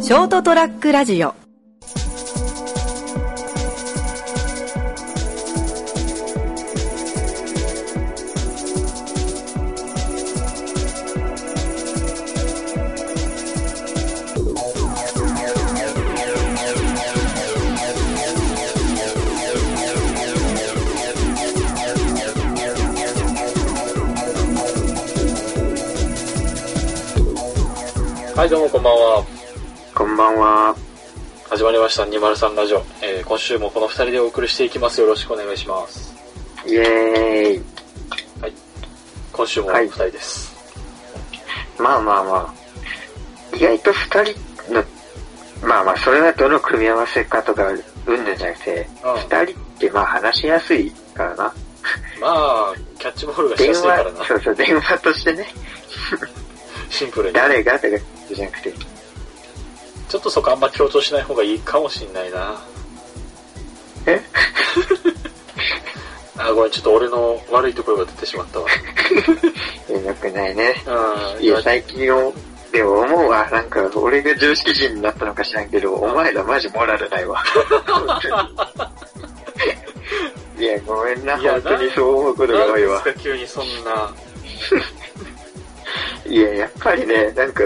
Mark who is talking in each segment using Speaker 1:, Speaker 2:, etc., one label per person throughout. Speaker 1: ショートトラックラジオ
Speaker 2: はい、どうもこんばんは。
Speaker 3: こんばんは。
Speaker 2: 始まりました、203ラジオ。えー今週もこの2人でお送りしていきます。よろしくお願いします。
Speaker 3: イエーイ。
Speaker 2: 今週も
Speaker 3: はい
Speaker 2: 2人です。
Speaker 3: まあまあまあ。意外と二人の、まあまあ、それはどの組み合わせかとか、うんぬんじゃなくて、二人ってまあ話しやすいからな。
Speaker 2: まあ、キャッチボールがし
Speaker 3: 電
Speaker 2: やすいからな
Speaker 3: 話、。そうそう、電話としてね、
Speaker 2: シンプルに。
Speaker 3: 誰がとかじゃなくて、
Speaker 2: ちょっとそこあんま強調しない方がいいかもしんないな。
Speaker 3: え
Speaker 2: あ、ごめん、ちょっと俺の悪いところが出てしまったわ。
Speaker 3: よくないね。
Speaker 2: うん。
Speaker 3: いや、最近を、でも思うわ。なんか、俺が常識人になったのか知らんけど、お前らマジモラルないわ。 いや、ごめんな、
Speaker 2: いや
Speaker 3: 本当にそう思うことが多いわ
Speaker 2: なん。ですか、急にそんな。
Speaker 3: いや、やっぱりね、なんか、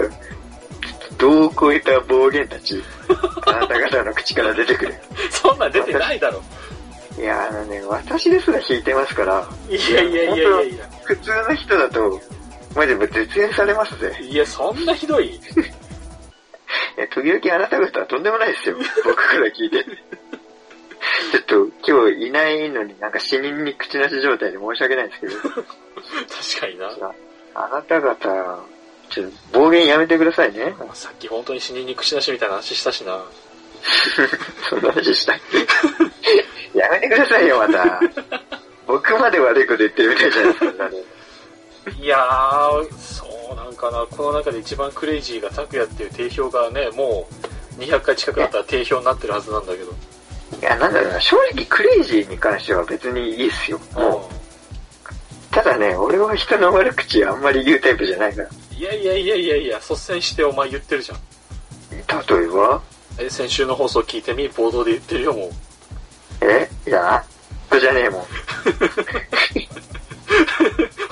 Speaker 3: 度を超えた暴言たち、あなた方の口から出てくる。
Speaker 2: そんな出てないだろ。
Speaker 3: いや、あのね、私ですら引いてますから、
Speaker 2: いやいやいやいやいや。
Speaker 3: 普通の人だと、マジもう絶縁されますぜ。
Speaker 2: いや、そんなひどい。
Speaker 3: いや、時々あなた方はとんでもないですよ。僕から聞いて。ちょっと、今日いないのになんか死人に口なし状態で申し訳ないんですけど、
Speaker 2: 確かにな。
Speaker 3: あなた方、ちょっと暴言やめてくださいね。
Speaker 2: さっき本当に死人に口出しみたいな話したしな。
Speaker 3: そんな話したっけやめてくださいよ、ま た。僕まで悪いこと言ってるみたいじゃないですか、あれ
Speaker 2: いやー、そうなんかな、この中で一番クレイジーが拓也っていう定評がね、もう200回近くなったら定評になってるはずなんだけど。
Speaker 3: いや、なんだろうな、正直クレイジーに関しては別にいいっすよ。もう、ただね、俺は人の悪口あんまり言うタイプじゃないから。
Speaker 2: うんいやいやいやいやいや、率先してお前言ってるじゃん。
Speaker 3: 例えば、
Speaker 2: え、先週の放送聞いてみ、冒頭で言ってるよ、 もう。
Speaker 3: えいや、人じゃねえもん。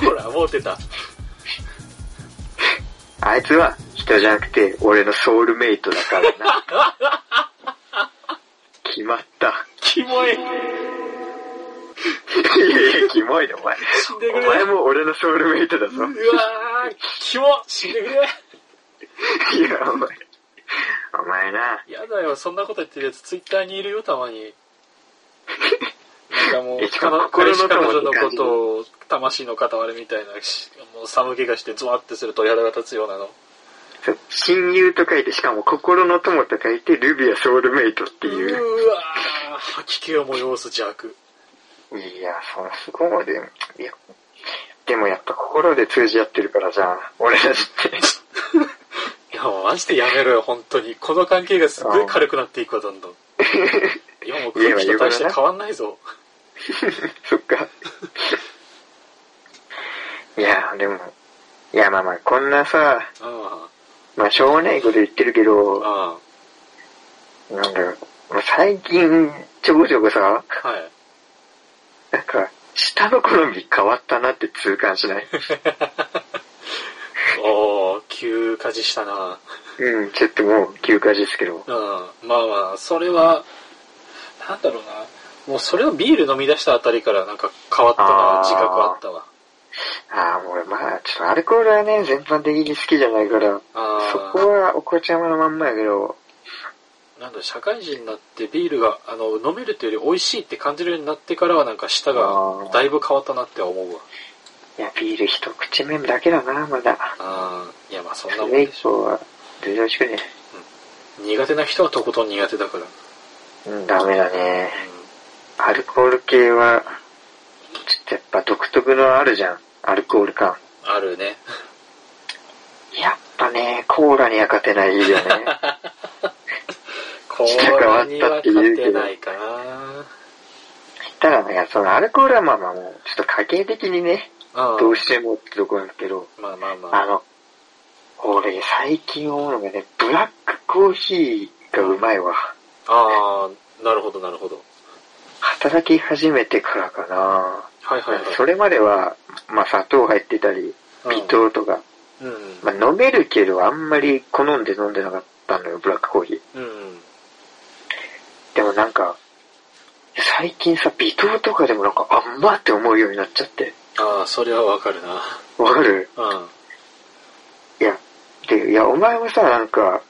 Speaker 2: ほら、もう出た。
Speaker 3: あいつは人じゃなくて、俺のソウルメイトだ からな。決まった。
Speaker 2: キモい。
Speaker 3: いやいや、キモいね、お前。
Speaker 2: 死んでく
Speaker 3: お
Speaker 2: れ。
Speaker 3: 前も俺のソウルメイトだぞ
Speaker 2: う。わー、キモ死んでくれ。
Speaker 3: いや、お前。お前な。
Speaker 2: やだよ、そんなこと言ってるやつ、ツイッターにいるよ、たま に。なんかもう
Speaker 3: え、しか
Speaker 2: 彼
Speaker 3: も
Speaker 2: 女彼
Speaker 3: 心の友
Speaker 2: 女の
Speaker 3: って
Speaker 2: こ
Speaker 3: 感じ
Speaker 2: とを、魂の片割れみたいな、しもう寒気がして、ゾワってする鳥肌が立つようなの。
Speaker 3: そう親友と書いて、しかも心の友と書いて、ルビアソウルメイトって
Speaker 2: う
Speaker 3: いう。
Speaker 2: わー、吐き気を催す邪悪。
Speaker 3: いや、そのそこまで、いや、でもやっぱ心で通じ合ってるからじゃん。俺たちって。
Speaker 2: いや、もうマジでやめろよ、本当に。この関係がすごい軽くなっていくわ、どんどん。いや、もう空気と大して変わんないぞ。
Speaker 3: そっか。いや、でも、いや、まあまあ、こんなさ、
Speaker 2: あ
Speaker 3: まあ、しょうもないこと言ってるけ
Speaker 2: あ、
Speaker 3: ど、
Speaker 2: あ
Speaker 3: なんだろう、まあ最近、ちょこちょこさ、
Speaker 2: あ、はい。
Speaker 3: なんか、下の好み変わったなって痛感しない
Speaker 2: おー、急火事したな。
Speaker 3: うん、ちょっともう休暇ですけど。
Speaker 2: うん、まあまあ、それは、なんだろうな。もうそれをビール飲み出したあたりからなんか変わったな、
Speaker 3: あー
Speaker 2: 自覚あったわ。
Speaker 3: ああ、もうまあ、ちょっとアルコールはね、全般的に好きじゃないから、そ
Speaker 2: あ
Speaker 3: こはお子ちゃまのまんまやけど、
Speaker 2: あ、なんだろう、社会人になってビールが、あの、飲めるというより美味しいって感じるようになってからはなんか舌
Speaker 3: あ
Speaker 2: が
Speaker 3: ー
Speaker 2: だいぶ変わったなって思うわ。
Speaker 3: いや、ビール一口目だけだな、まだ。
Speaker 2: ああ、いやまあそんな
Speaker 3: そ
Speaker 2: もんで
Speaker 3: れ以
Speaker 2: しょ。
Speaker 3: 降は、全然美味しくね。
Speaker 2: 苦手な人はとことん苦手だから。
Speaker 3: うん、ダメだね。
Speaker 2: う
Speaker 3: アルコール系は、ちょっとやっぱ独特のあるじゃん、アルコール感。
Speaker 2: ん、ある ね。
Speaker 3: やっぱね、コーラには勝てないよね。
Speaker 2: これには勝てないかな。
Speaker 3: ただね、そのアルコールはまあまあもう、ちょっと家計的にね、
Speaker 2: あ
Speaker 3: どうしてもってとこなんだけど、
Speaker 2: まあまあま
Speaker 3: あ
Speaker 2: あ。
Speaker 3: の、俺、最近思うのがね、ブラックコーヒーがうまいわ。
Speaker 2: ああ、なるほど、なるほど。
Speaker 3: 働き始めてからかな。
Speaker 2: はいはいはい。
Speaker 3: それまでは、まあ、砂糖入ってたり、微糖とか、
Speaker 2: うん。
Speaker 3: まあ、飲めるけど、あんまり好んで飲んでなかったのよ、ブラックコーヒー。
Speaker 2: うん。
Speaker 3: でもなんか、最近さ、微糖とかでもなんか、あんまって思うようになっちゃって。
Speaker 2: ああ、それはわかるな。
Speaker 3: わかる
Speaker 2: うん。
Speaker 3: いや、で、いや、お前もさ、なんか、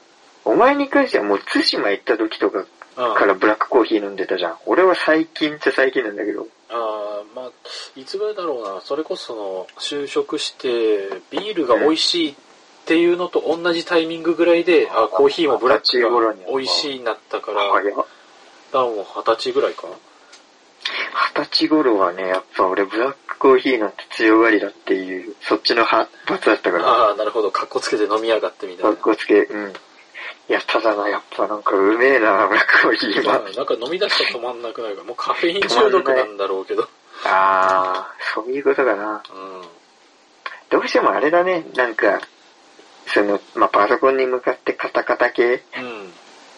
Speaker 3: お前に関してはもう対馬行った時とか
Speaker 2: うん。
Speaker 3: からブラックコーヒー飲んでたじゃん。俺は最近っちゃ最近なんだけど。
Speaker 2: ああ、まあ、いつぐらいだろうな。それこそその、就職して、ビールが美味しいっていうのと同じタイミングぐらいで、あコーヒーもブラックが美味しいになったから、だか
Speaker 3: いや
Speaker 2: らもう二十歳ぐらいかな。
Speaker 3: 二十歳頃はね、やっぱ俺ブラックコーヒーなんて強がりだっていう、そっちの派閥だったから、
Speaker 2: ああ、なるほど。格好つけて飲みやがってみた
Speaker 3: か
Speaker 2: い
Speaker 3: っ
Speaker 2: な。
Speaker 3: こつけ、うん。いや、ただな、やっぱなんかうめえな、ブラックコーヒー
Speaker 2: ま
Speaker 3: は
Speaker 2: あ。なんか飲み出した ら止まんなくなるから、もうカフェイン中毒なんだろうけど。
Speaker 3: あー、そういうことかな。
Speaker 2: うん。
Speaker 3: どうしてもあれだね、なんか、その、まあ、パソコンに向かってカタカタ系
Speaker 2: うん。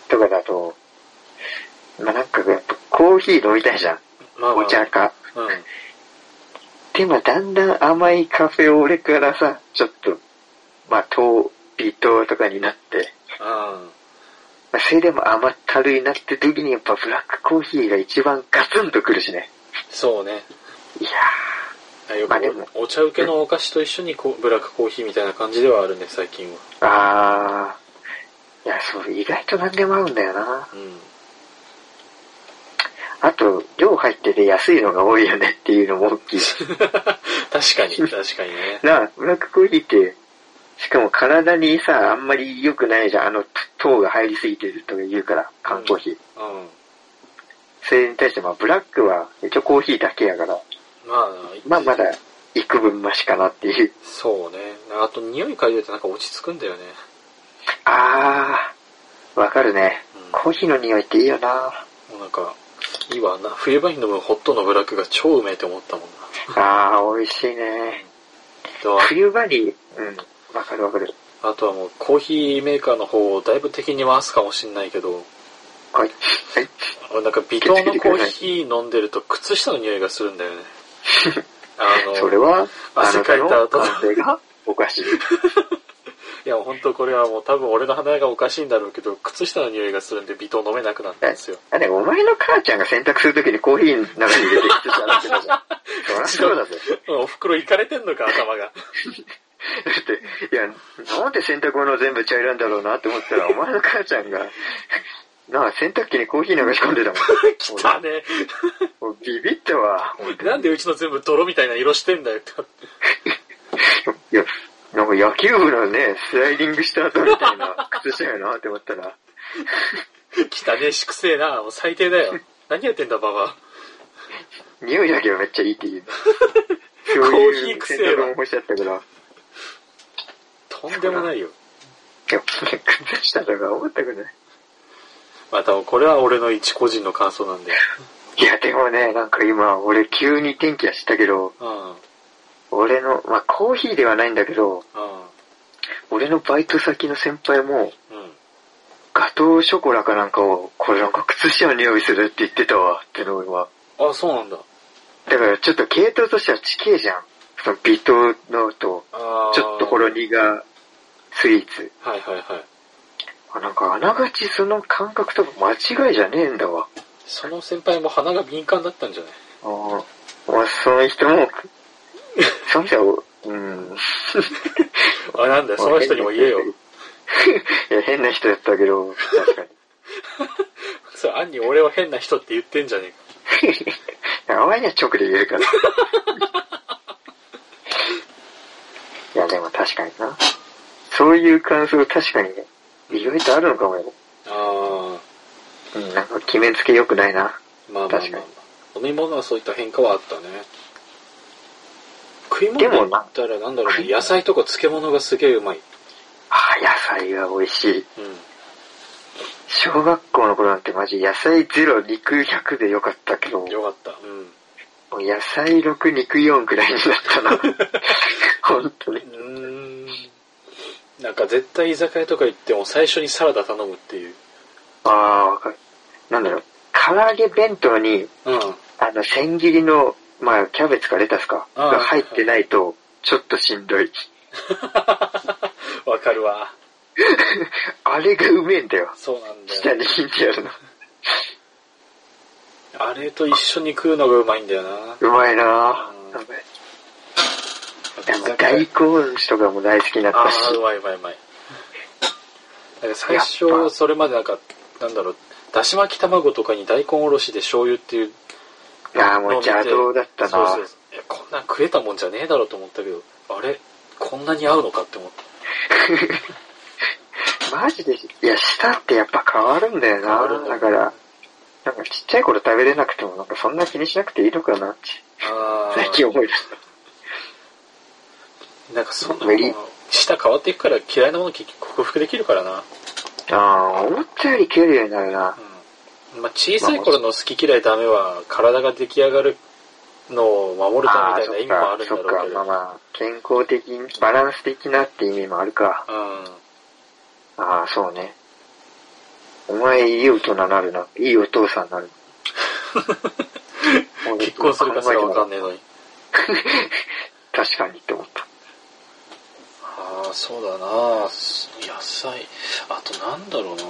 Speaker 3: とかだと、まあ、なんかやっぱコーヒー飲みたいじゃん。
Speaker 2: まあ、ま
Speaker 3: お茶
Speaker 2: あ、
Speaker 3: か。
Speaker 2: うん。
Speaker 3: でもだんだん甘いカフェオレからさ、ちょっと、まあ、糖、微糖とかになって、
Speaker 2: あ
Speaker 3: まあ、それでも甘ったるいなって時にやっぱブラックコーヒーが一番ガツンとくるしね。
Speaker 2: あ、そうね。
Speaker 3: いや
Speaker 2: よ
Speaker 3: まあでも
Speaker 2: くお茶受けのお菓子と一緒にこうブラックコーヒーみたいな感じではあるね、最近は。
Speaker 3: ー、あー、いや、そう、意外と何でも合うんだよな。
Speaker 2: うん。
Speaker 3: あと、量入ってて安いのが多いよねっていうのも大きい。
Speaker 2: 確かに、確かにね。
Speaker 3: なあ、ブラックコーヒーって、しかも体にさ、あんまり良くないじゃん。あの、糖が入りすぎてるとか言うから、缶コーヒー。
Speaker 2: う
Speaker 3: それに対して、まあ、ブラックは、一応コーヒーだけやから、
Speaker 2: ん。まあ、
Speaker 3: まあ、まだ、幾分マシかなっていう。
Speaker 2: そうね。あと、匂い嗅いでるとなんか落ち着くんだよね。
Speaker 3: あー、わかるね。コーヒーの匂いっていいよな。
Speaker 2: もうなんか、いいわな。冬場に飲むホットのブラックが超うめえって思ったもんな。
Speaker 3: あー、美味しいね。
Speaker 2: あとは、
Speaker 3: 冬場に、うん、わかるわかる。
Speaker 2: あとはもう、コーヒーメーカーの方をだいぶ敵に回すかもしんないけど、
Speaker 3: はい。はい。
Speaker 2: 俺なんか微糖のコーヒー飲んでると靴下の匂いがするんだよ ね。あの、
Speaker 3: それは、あ
Speaker 2: 汗
Speaker 3: な
Speaker 2: か
Speaker 3: た
Speaker 2: い
Speaker 3: の
Speaker 2: た後
Speaker 3: 感性 がおかしい。
Speaker 2: いや、本当これはもう多分俺の鼻がおかしいんだろうけど、靴下の匂いがするんで微糖飲めなくなったん ですよ。
Speaker 3: あれ、お前の母ちゃんが洗濯するときにコーヒーの中に入れてきてたらってたじゃ ん。そりゃそうだぜ。
Speaker 2: お袋いかれてんのか、頭 が。
Speaker 3: だって、いや、なんで洗濯物を全部茶色なんだろうなって思ったら、お前の母ちゃんが、なあ、洗濯機にコーヒー流し込んでたもん。
Speaker 2: きたね。
Speaker 3: もうビビったわ。
Speaker 2: なんでうちの全部泥みたいな色してんだよって。
Speaker 3: いや、なんか野球部のね、スライディングした後みたいな靴下やなって思ったら、
Speaker 2: きたね、しくせえな。もう最低だ よ。何やってんだ、ババ
Speaker 3: 匂いだけはめっちゃいいっていう。そう
Speaker 2: コーヒ
Speaker 3: い
Speaker 2: ー
Speaker 3: う
Speaker 2: くせ
Speaker 3: 洗
Speaker 2: えわ
Speaker 3: 濯物干しちゃったから。
Speaker 2: ア。とんでもないよ。
Speaker 3: いや、靴下とか思ったくない。
Speaker 2: また、これは俺の一個人の感想なんで。
Speaker 3: いや、でもね、なんか今、俺急に天気は知ったけど、
Speaker 2: うん。うん。
Speaker 3: 俺の、まあ、コーヒーではないんだけど、俺のバイト先の先輩も、
Speaker 2: うん。
Speaker 3: ガトーショコラかなんかを、これなんか靴下の匂いするって言ってたわ、ってのは。
Speaker 2: あ、そうなんだ。
Speaker 3: だからちょっと系統としては地形じゃん。その微糖のと、
Speaker 2: あー
Speaker 3: ちょっとほろ苦スイーツ。
Speaker 2: はいはいはい。
Speaker 3: あなんかあながちその感覚とか間違いじゃねえんだわ。
Speaker 2: その先輩も鼻が敏感だったんじゃない
Speaker 3: あーまあ、その人も、その人は、うん。
Speaker 2: あ、なんだよ、 その人にも言 えよ。
Speaker 3: いや、変な人だったけど、確かに。
Speaker 2: それ、暗に俺は変な人って言ってんじゃねえか。
Speaker 3: いやお前には直で言えるから。いや、でも確かにな。そういう感想確かにね、意外とあるのかもよ。
Speaker 2: あ
Speaker 3: うん、なんか決めつけ良くないな。
Speaker 2: あ、まあまあ、まあ
Speaker 3: 確かに、
Speaker 2: 飲み物はそういった変化はあったね。食い
Speaker 3: でも
Speaker 2: 物
Speaker 3: な
Speaker 2: だったらなんだろうね、野菜とか漬物がすげえうまい。
Speaker 3: ああ、野菜が美味しい。
Speaker 2: うん。
Speaker 3: 小学校の頃なんてマジ野菜0、肉100でよかったけど、も
Speaker 2: よかった。う
Speaker 3: う野菜6、肉4くらいになったな。本当に。
Speaker 2: ん。うーん。なんか絶対居酒屋とか行っても最初にサラダ頼むっていう。
Speaker 3: ああ、わかる。なんだろう、唐揚げ弁当に、
Speaker 2: うん。
Speaker 3: あの、千切りの、まあ、キャベツかレタスか、
Speaker 2: あー
Speaker 3: が入ってないと、ちょっとしんどい。
Speaker 2: わかるわ。
Speaker 3: あれがうめえんだよ。
Speaker 2: そうなんだ
Speaker 3: 下
Speaker 2: よ。
Speaker 3: に引いてやるの。
Speaker 2: あれと一緒に食うのがうまいんだよな。
Speaker 3: うまいな
Speaker 2: うん
Speaker 3: ぁ。でも大根おろしとかも大好きだっ
Speaker 2: あ
Speaker 3: た
Speaker 2: あ、う
Speaker 3: し。
Speaker 2: まいうまいうまい。なんか最初、それまでなんか、なんだろう、だし巻き卵とかに大根おろしで醤油っていう
Speaker 3: ああ、もう邪道だった
Speaker 2: そう
Speaker 3: な
Speaker 2: そうそういやこんなん食えたもんじゃねえだろうと思ったけど、あれこんなに合うのかって思った。
Speaker 3: マジで、いや、舌ってやっぱ変わるんだよ
Speaker 2: 変
Speaker 3: な
Speaker 2: わるんだ
Speaker 3: だから、なんかちっちゃい頃食べれなくても、なんかそんな気にしなくていいのかなって、
Speaker 2: あ
Speaker 3: 最近思い出し
Speaker 2: あ、なんかそんな
Speaker 3: 無理
Speaker 2: 舌変わっていくから嫌いなもの結局克服できるからな。
Speaker 3: た。ああー、思ったより食えるようになるな。
Speaker 2: うん。まあ、小さい頃の好き嫌いダメは体が出来上がるのを守るた
Speaker 3: ああ
Speaker 2: めみた
Speaker 3: ー、
Speaker 2: いな
Speaker 3: そ
Speaker 2: 意
Speaker 3: っ
Speaker 2: 味もあ
Speaker 3: か
Speaker 2: るん、だ
Speaker 3: そっ
Speaker 2: ろ
Speaker 3: か
Speaker 2: うけ、
Speaker 3: まあ
Speaker 2: ど。
Speaker 3: まあ、健康的、バランス的なって意味もあるか。
Speaker 2: うん。
Speaker 3: ああ、そうね。お前、いい大人になるな。いいお父さんに なる。
Speaker 2: 結婚するかすらわかんねえのに。
Speaker 3: 確かにって思った。
Speaker 2: ああ、そうだなす野菜。あとなんだろうな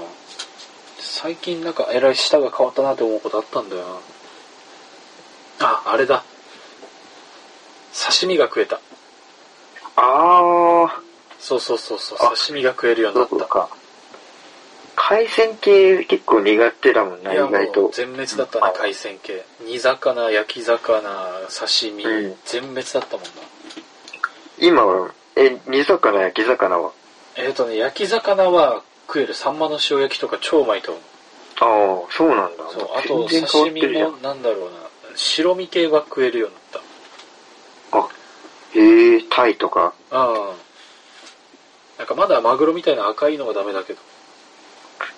Speaker 2: 最近なんかえらい舌が変わったなって思うことあったんだよな。あ、あれだ。刺身が食えた。
Speaker 3: あ
Speaker 2: そうそうそうそう、
Speaker 3: あ
Speaker 2: 刺身が食えるよう
Speaker 3: あ、
Speaker 2: になっ
Speaker 3: そうか。海鮮系結構苦手だもん
Speaker 2: た。
Speaker 3: な、
Speaker 2: い
Speaker 3: 意
Speaker 2: や、も
Speaker 3: 外
Speaker 2: う
Speaker 3: と。
Speaker 2: 全滅だったね、海鮮系。煮魚、焼き魚、刺身、
Speaker 3: うん
Speaker 2: 全滅だったもんな。
Speaker 3: 今は、え、煮魚、焼き魚は。
Speaker 2: えっ、とね、焼き魚は食える。サンマの塩焼きとか超うまいと思う。
Speaker 3: ああ、そうなんだ。
Speaker 2: そう、あと
Speaker 3: 全然変わ
Speaker 2: 刺
Speaker 3: って
Speaker 2: 身
Speaker 3: るじゃ
Speaker 2: も
Speaker 3: ん。
Speaker 2: なんだろうな、白身系は食えるようになった。
Speaker 3: あ、へえ、タイとか。
Speaker 2: ああ。なんかまだマグロみたいな赤いのがダメだけど。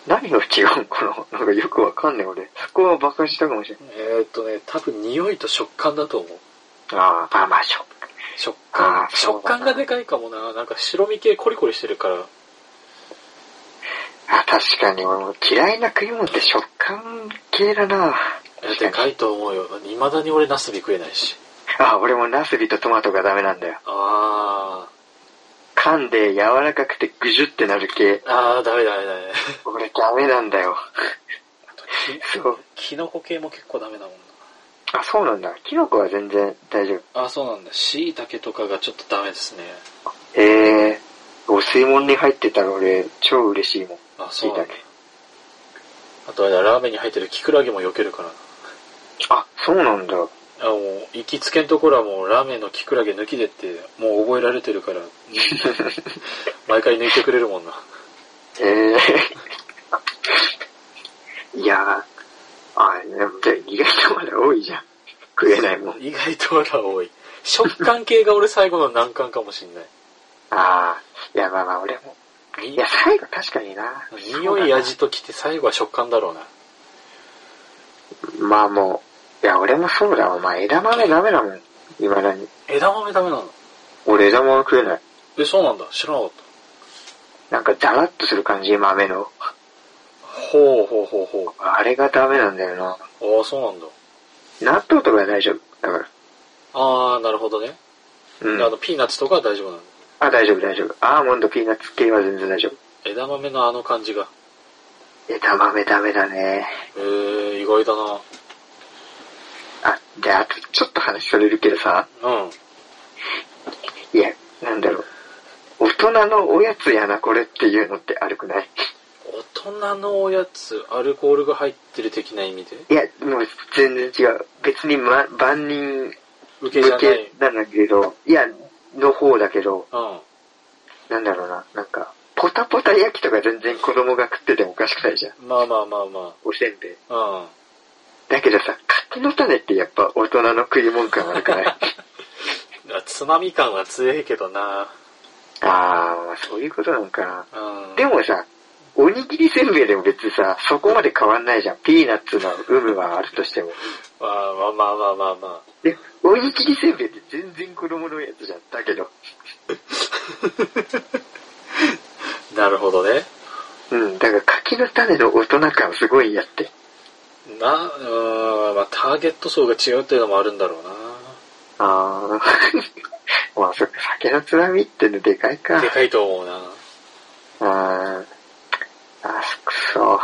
Speaker 3: 何が違うんかななんかよくわかんない俺。そこは馬鹿にしたかもしれない。
Speaker 2: えーっとね、多分匂いと食感だと思う。
Speaker 3: ああ、まあまあ、しょ
Speaker 2: 食
Speaker 3: あ
Speaker 2: 感。
Speaker 3: ーそ
Speaker 2: 食
Speaker 3: うだな
Speaker 2: 感がでかいかもな。なんか白身系コリコリしてるから。
Speaker 3: あ、確かに、俺も嫌いな食い物って食感系だな
Speaker 2: えでかいと思うよ。未だに俺ナスビ食えないし。
Speaker 3: あ、俺もナスビとトマトがダメなんだよ。
Speaker 2: あ
Speaker 3: 噛んで柔らかくてぐじゅってなる系
Speaker 2: あ。。ああ、ダメダメダメ。
Speaker 3: 俺ダメなんだよ。
Speaker 2: あと
Speaker 3: そう。
Speaker 2: きキノコ系も結構ダメだもんな。
Speaker 3: あ、そうなんだ。キノコは全然大丈夫。
Speaker 2: ああ、そうなんだ。椎茸とかがちょっとダメですね。
Speaker 3: へえ。お吸い物に入ってたら俺、超嬉しいもん。
Speaker 2: あ、
Speaker 3: 椎
Speaker 2: そうなん
Speaker 3: 茸
Speaker 2: だ。。あとあれだラーメンに入ってるキクラゲも避けるからな。
Speaker 3: あ、そうなんだ。
Speaker 2: あもう行きつけんところはもうラーメンのキクラゲ抜きでってもう覚えられてる から毎回抜いてくれるもんな
Speaker 3: へえ。いやー。あ、でもで意外とまだ多いじゃん。食えないもん。
Speaker 2: 意外と俺は多い食感系が俺最後の難関かもしんない
Speaker 3: ああ。いや、まあまあ俺も。いや、最後確かにな。
Speaker 2: に匂い味ときて最後は食感だろうな
Speaker 3: まあもう、いや、俺もそうだわ。まあ枝豆ダメだもん。未だに。
Speaker 2: 枝豆ダメなの
Speaker 3: 俺枝豆食えない。
Speaker 2: えそうなんだ知らなかった
Speaker 3: なんかザラッとする感じ、豆の。
Speaker 2: ほうほうほうほ
Speaker 3: あれがダメなんだよな。
Speaker 2: うああそうなんだ
Speaker 3: 納豆とかは大丈夫。だから。
Speaker 2: ああなるほどね、
Speaker 3: う
Speaker 2: あ
Speaker 3: ん。
Speaker 2: のピーナッツとかは大丈夫なの
Speaker 3: あ、大丈夫、大丈夫。アーモンド、ピーナッツ系は全然大丈夫。
Speaker 2: 枝豆のあの感じが
Speaker 3: 枝豆ダメだね。
Speaker 2: えー、意外だな
Speaker 3: あ、で、あとちょっと話それるけどさ。
Speaker 2: うん
Speaker 3: いや、なんだろう。大人のおやつやな、これっていうのって悪くない
Speaker 2: 大人のおやつアルコールが入ってる的な意味で
Speaker 3: いや、もう全然違う。別に、ま、万人
Speaker 2: 受けじゃ
Speaker 3: 向
Speaker 2: ない
Speaker 3: けなんだけど、いや、の方だけど、
Speaker 2: うん
Speaker 3: なんだろうな、なんか、ポタポタ焼きとか全然子供が食っててもおかしくないじゃん。
Speaker 2: まあまあまあま
Speaker 3: おせんべい。
Speaker 2: あ。うん。
Speaker 3: だけどさ、柿の種ってやっぱ大人の食い物感悪くない
Speaker 2: つまみ感は強いけどな。
Speaker 3: あー、まあそういうことなのかな。
Speaker 2: うん。
Speaker 3: でもさ、おにぎりせんべいでも別にさ、そこまで変わんないじゃん。ピーナッツの有無はあるとしても。
Speaker 2: まあまあまあまあまあま
Speaker 3: で、おにぎりせんべいって全然子供のやつじゃん。だけど。
Speaker 2: あ。るほどね。
Speaker 3: うん、だから柿の種の大人感すごいやって。
Speaker 2: な、うん、まあターゲット層が違うっていうのもあるんだろうな。
Speaker 3: ああ、 まあそっか、酒のつまみってのでかいか。
Speaker 2: でかいと思うな。
Speaker 3: ああ、あくそ。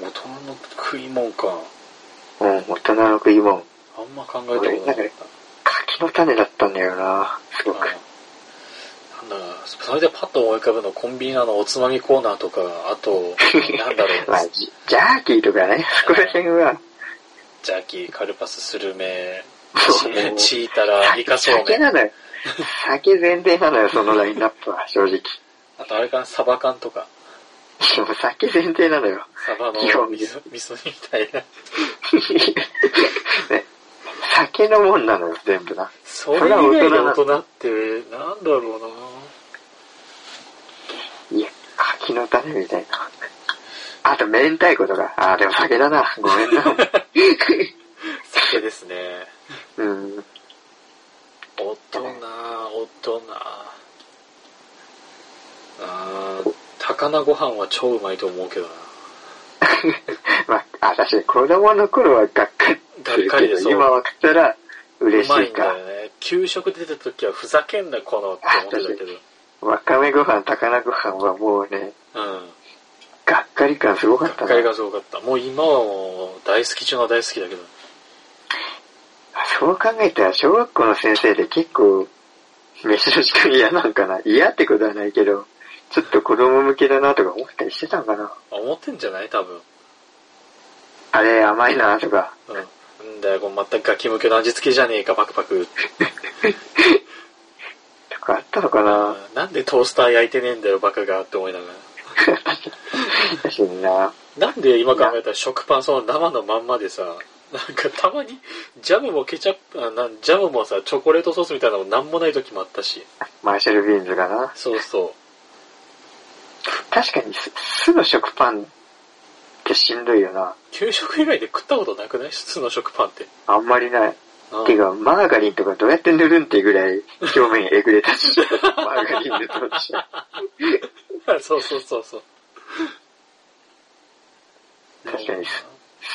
Speaker 2: 大人の食い物か。
Speaker 3: うん、大人の食い物。
Speaker 2: あんま考えたことなかった。
Speaker 3: 柿の種だったんだよな、すごく。
Speaker 2: なんだそれでパッと思い浮かぶのコンビニのおつまみコーナーとか、あと、なんだろう、
Speaker 3: まあ。ジャーキーとかね、そこら辺 は。
Speaker 2: ジャーキー、カルパス、スルメ、チータラ、イカそうめん。
Speaker 3: 酒なのよ。酒前提なのよ、そのラインナップは、正直。
Speaker 2: あとあれかな、サバ缶とか。
Speaker 3: でも酒前提なのよ。
Speaker 2: サバの味噌味噌煮みたいな。
Speaker 3: ね、酒のもんなのよ、全部な。
Speaker 2: それ以外の大人って、なんだろう
Speaker 3: な。いや、柿の種みたいな。あと、明太子とか。あ、でも酒だな。ごめんな。
Speaker 2: 酒ですね。
Speaker 3: うん。
Speaker 2: 大人、大人。あー。高菜ご飯は超うまいと思うけどな。
Speaker 3: まあ、あ、確かに子供の頃はがっかり
Speaker 2: するけど、
Speaker 3: 今分かったら嬉しいか。うまいんだよ
Speaker 2: ね。給食出た時はふざけんな、このって思ってたけ
Speaker 3: ど。わかめご飯、高菜ご飯はもうね、
Speaker 2: うん。
Speaker 3: がっかり感すごかった
Speaker 2: がっかり感すごかった。もう今はもう大好き中の大好きだけど。
Speaker 3: そう考えたら小学校の先生で結構飯の時間嫌なんかな。嫌ってことはないけど。ちょっと子供向けだなとか思ったりしてたんかな。
Speaker 2: 思ってんじゃない多分。
Speaker 3: あれ、甘いなとか。
Speaker 2: うん。んだよ、これ全くガキ向けの味付けじゃねえか、パクパク。
Speaker 3: とかあったのかな。
Speaker 2: なんでトースター焼いてねえんだよ、バカがって思いなが
Speaker 3: ら。確かにな。
Speaker 2: なんで今考えたら食パンその生のまんまでさ、なんかたまにジャムもケチャップあな、ジャムもさ、チョコレートソースみたいなのもなんもない時もあったし。
Speaker 3: マーシャルビーンズかな。
Speaker 2: そうそう。
Speaker 3: 確かにす、酢の食パンってしんどいよな。
Speaker 2: 給食以外で食ったことなくない酢の食パンって。
Speaker 3: あんまりない。ていうか、マーガリンとかどうやって塗るんってぐらい表面えぐれた し、マーガリン塗ったし。
Speaker 2: そうそうそうそう。
Speaker 3: 確かに酢、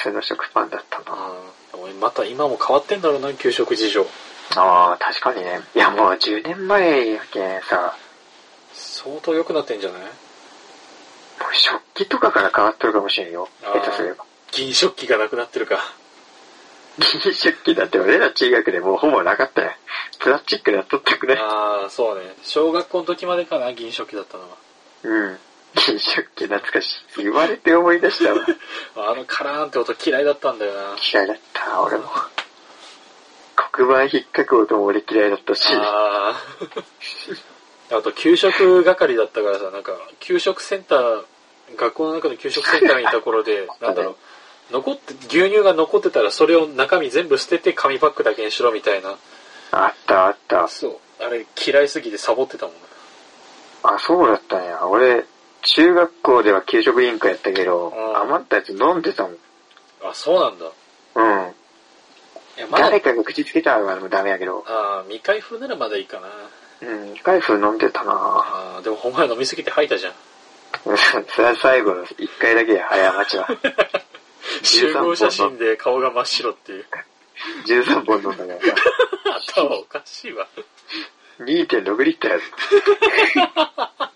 Speaker 3: 酢の食パンだったな。
Speaker 2: 俺また今も変わってんだろうな、給食事情。
Speaker 3: ああ、確かにね。いや、もう10年前やけんさ。
Speaker 2: 相当良くなってんじゃない
Speaker 3: 食器とかから変わってるかもしれんよ。下手すれば。
Speaker 2: 銀食器がなくなってるか。
Speaker 3: 銀食器だって俺ら中学でもうほぼなかったよ。プラスチックでやっとったくらい。
Speaker 2: ああ、そうね。小学校の時までかな、銀食器だったのは。
Speaker 3: うん。銀食器懐かしい。言われて思い出したわ。
Speaker 2: あのカラーンって音嫌いだったんだよな。
Speaker 3: 嫌いだった、俺も。黒板引っかく音も俺嫌いだったし。
Speaker 2: ああ。あと、給食係だったからさ、なんか、給食センター、学校の中の給食センターにいた頃 で、なんだろう、残って、牛乳が残ってたらそれを中身全部捨てて紙パックだけにしろみたいな。
Speaker 3: あったあった。
Speaker 2: そう。あれ嫌いすぎてサボってたもん。
Speaker 3: あ、そうだったんや。俺、中学校では給食委員会やったけど、うん、余ったやつ飲んでたもん。
Speaker 2: あ、そうなんだ。
Speaker 3: うん。いやま、誰かが口つけたのはダメやけど。
Speaker 2: ああ、未開封ならまだいいかな。
Speaker 3: うん、未開封飲んでたな
Speaker 2: ああ、でもお前飲みすぎて吐いたじゃん。
Speaker 3: それは最後の一回だけや、過ちは。
Speaker 2: 集合写真で顔が真っ白って いう。。
Speaker 3: 13本飲んだから
Speaker 2: 頭おかしいわ。
Speaker 3: 2.6リッターや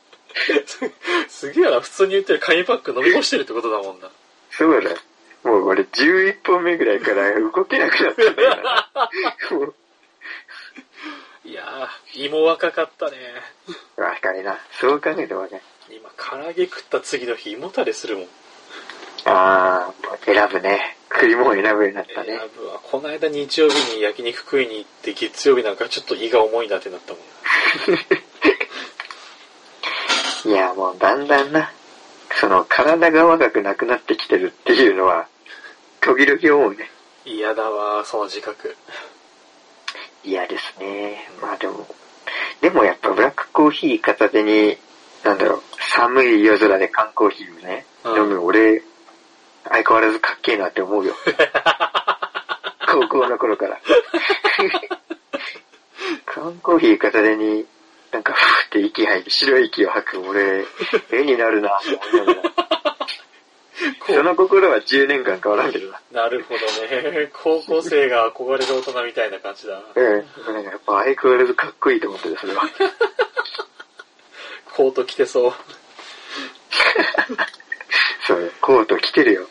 Speaker 2: す。すげえな、普通に言ってる紙パック飲み干してるってことだもんな。
Speaker 3: そうだ。もう俺11本目ぐらいから動けなくなったんだよ な。
Speaker 2: いやー、胃も若かったね。
Speaker 3: 若いな。そう考えてもね。
Speaker 2: 今唐揚げ食った次の日胃もたれするもん
Speaker 3: ああ選ぶね食い物選ぶようになったね選
Speaker 2: ぶわこの間日曜日に焼肉食いに行って月曜日なんかちょっと胃が重いなってなったも
Speaker 3: んいやもうだんだんなその体が若くなくなってきてるっていうのは時々思うね
Speaker 2: 嫌だわその自覚
Speaker 3: 嫌ですねまあでもでもやっぱブラックコーヒー片手になんだろう、寒い夜空で缶コーヒーをね、うん、飲む俺、相変わらずかっけえなって思う よ。高 校の頃から。缶コーヒー片手に、なんなんか、ふって息吐いて、白い息を吐く俺、絵になるな、と思いなが ら。その心は10年間変わらんけどな。
Speaker 2: なるほどね。高校生が憧れる大人みたいな感じだな。
Speaker 3: うん。なんかやっぱ相変わらずかっこいいと思ってた、それは。
Speaker 2: コート着てそう。
Speaker 3: そうよ、コート着てるよ。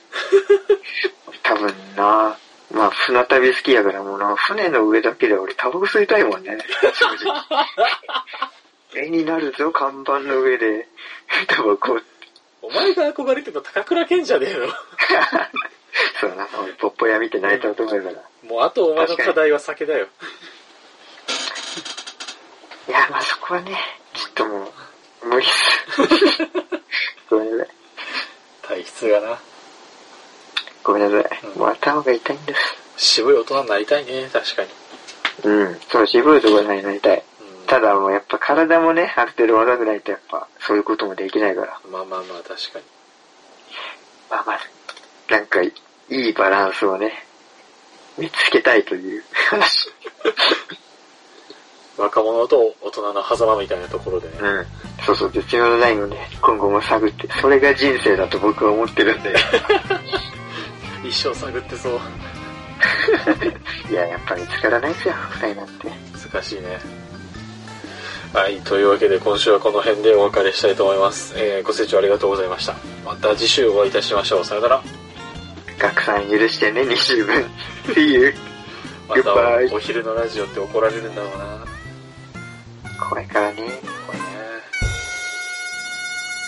Speaker 3: 多分なまあ船旅好きやからもうな、船の上だけで俺タバコ吸いたいもんね。正直。 絵になるぞ、看板の上で。タバコ
Speaker 2: お前が憧れてた高倉健じゃねえの
Speaker 3: そうな、俺、ポッポ屋見て泣いた男だから。
Speaker 2: もう、あとお前の課題は酒だよ。
Speaker 3: いや、まあそこはね、ちょっともう、無理っ す。ごめんなさい。
Speaker 2: 体質がな。
Speaker 3: ごめんなさい。うん、もう頭が痛いんです。
Speaker 2: 渋い大人になりたいね、確かに。
Speaker 3: うん、そう、渋いところになりたい。ただもうやっぱ体もね、ある程度若くないとやっぱそういうこともできないから。
Speaker 2: まあまあまあ確かに。
Speaker 3: まあまあ、なんかいいバランスをね、見つけたいという話。
Speaker 2: 若者と大人の狭間みたいなところでね。
Speaker 3: うん。そうそう、絶妙なラインをね、今後も探って、それが人生だと僕は思ってるん で。
Speaker 2: 一生探ってそう。
Speaker 3: いや、やっぱ見つからないですよ、二人なんて。
Speaker 2: 難しいね。はい、というわけで今週はこの辺でお別れしたいと思います。えー、ご清聴ありがとうございました。また次週お会いいたしましょう。さよなら。
Speaker 3: たくさん許してね、20分。See you.
Speaker 2: またお昼のラジオって怒られるんだろう
Speaker 3: な。怖いからね。
Speaker 2: 怖いね。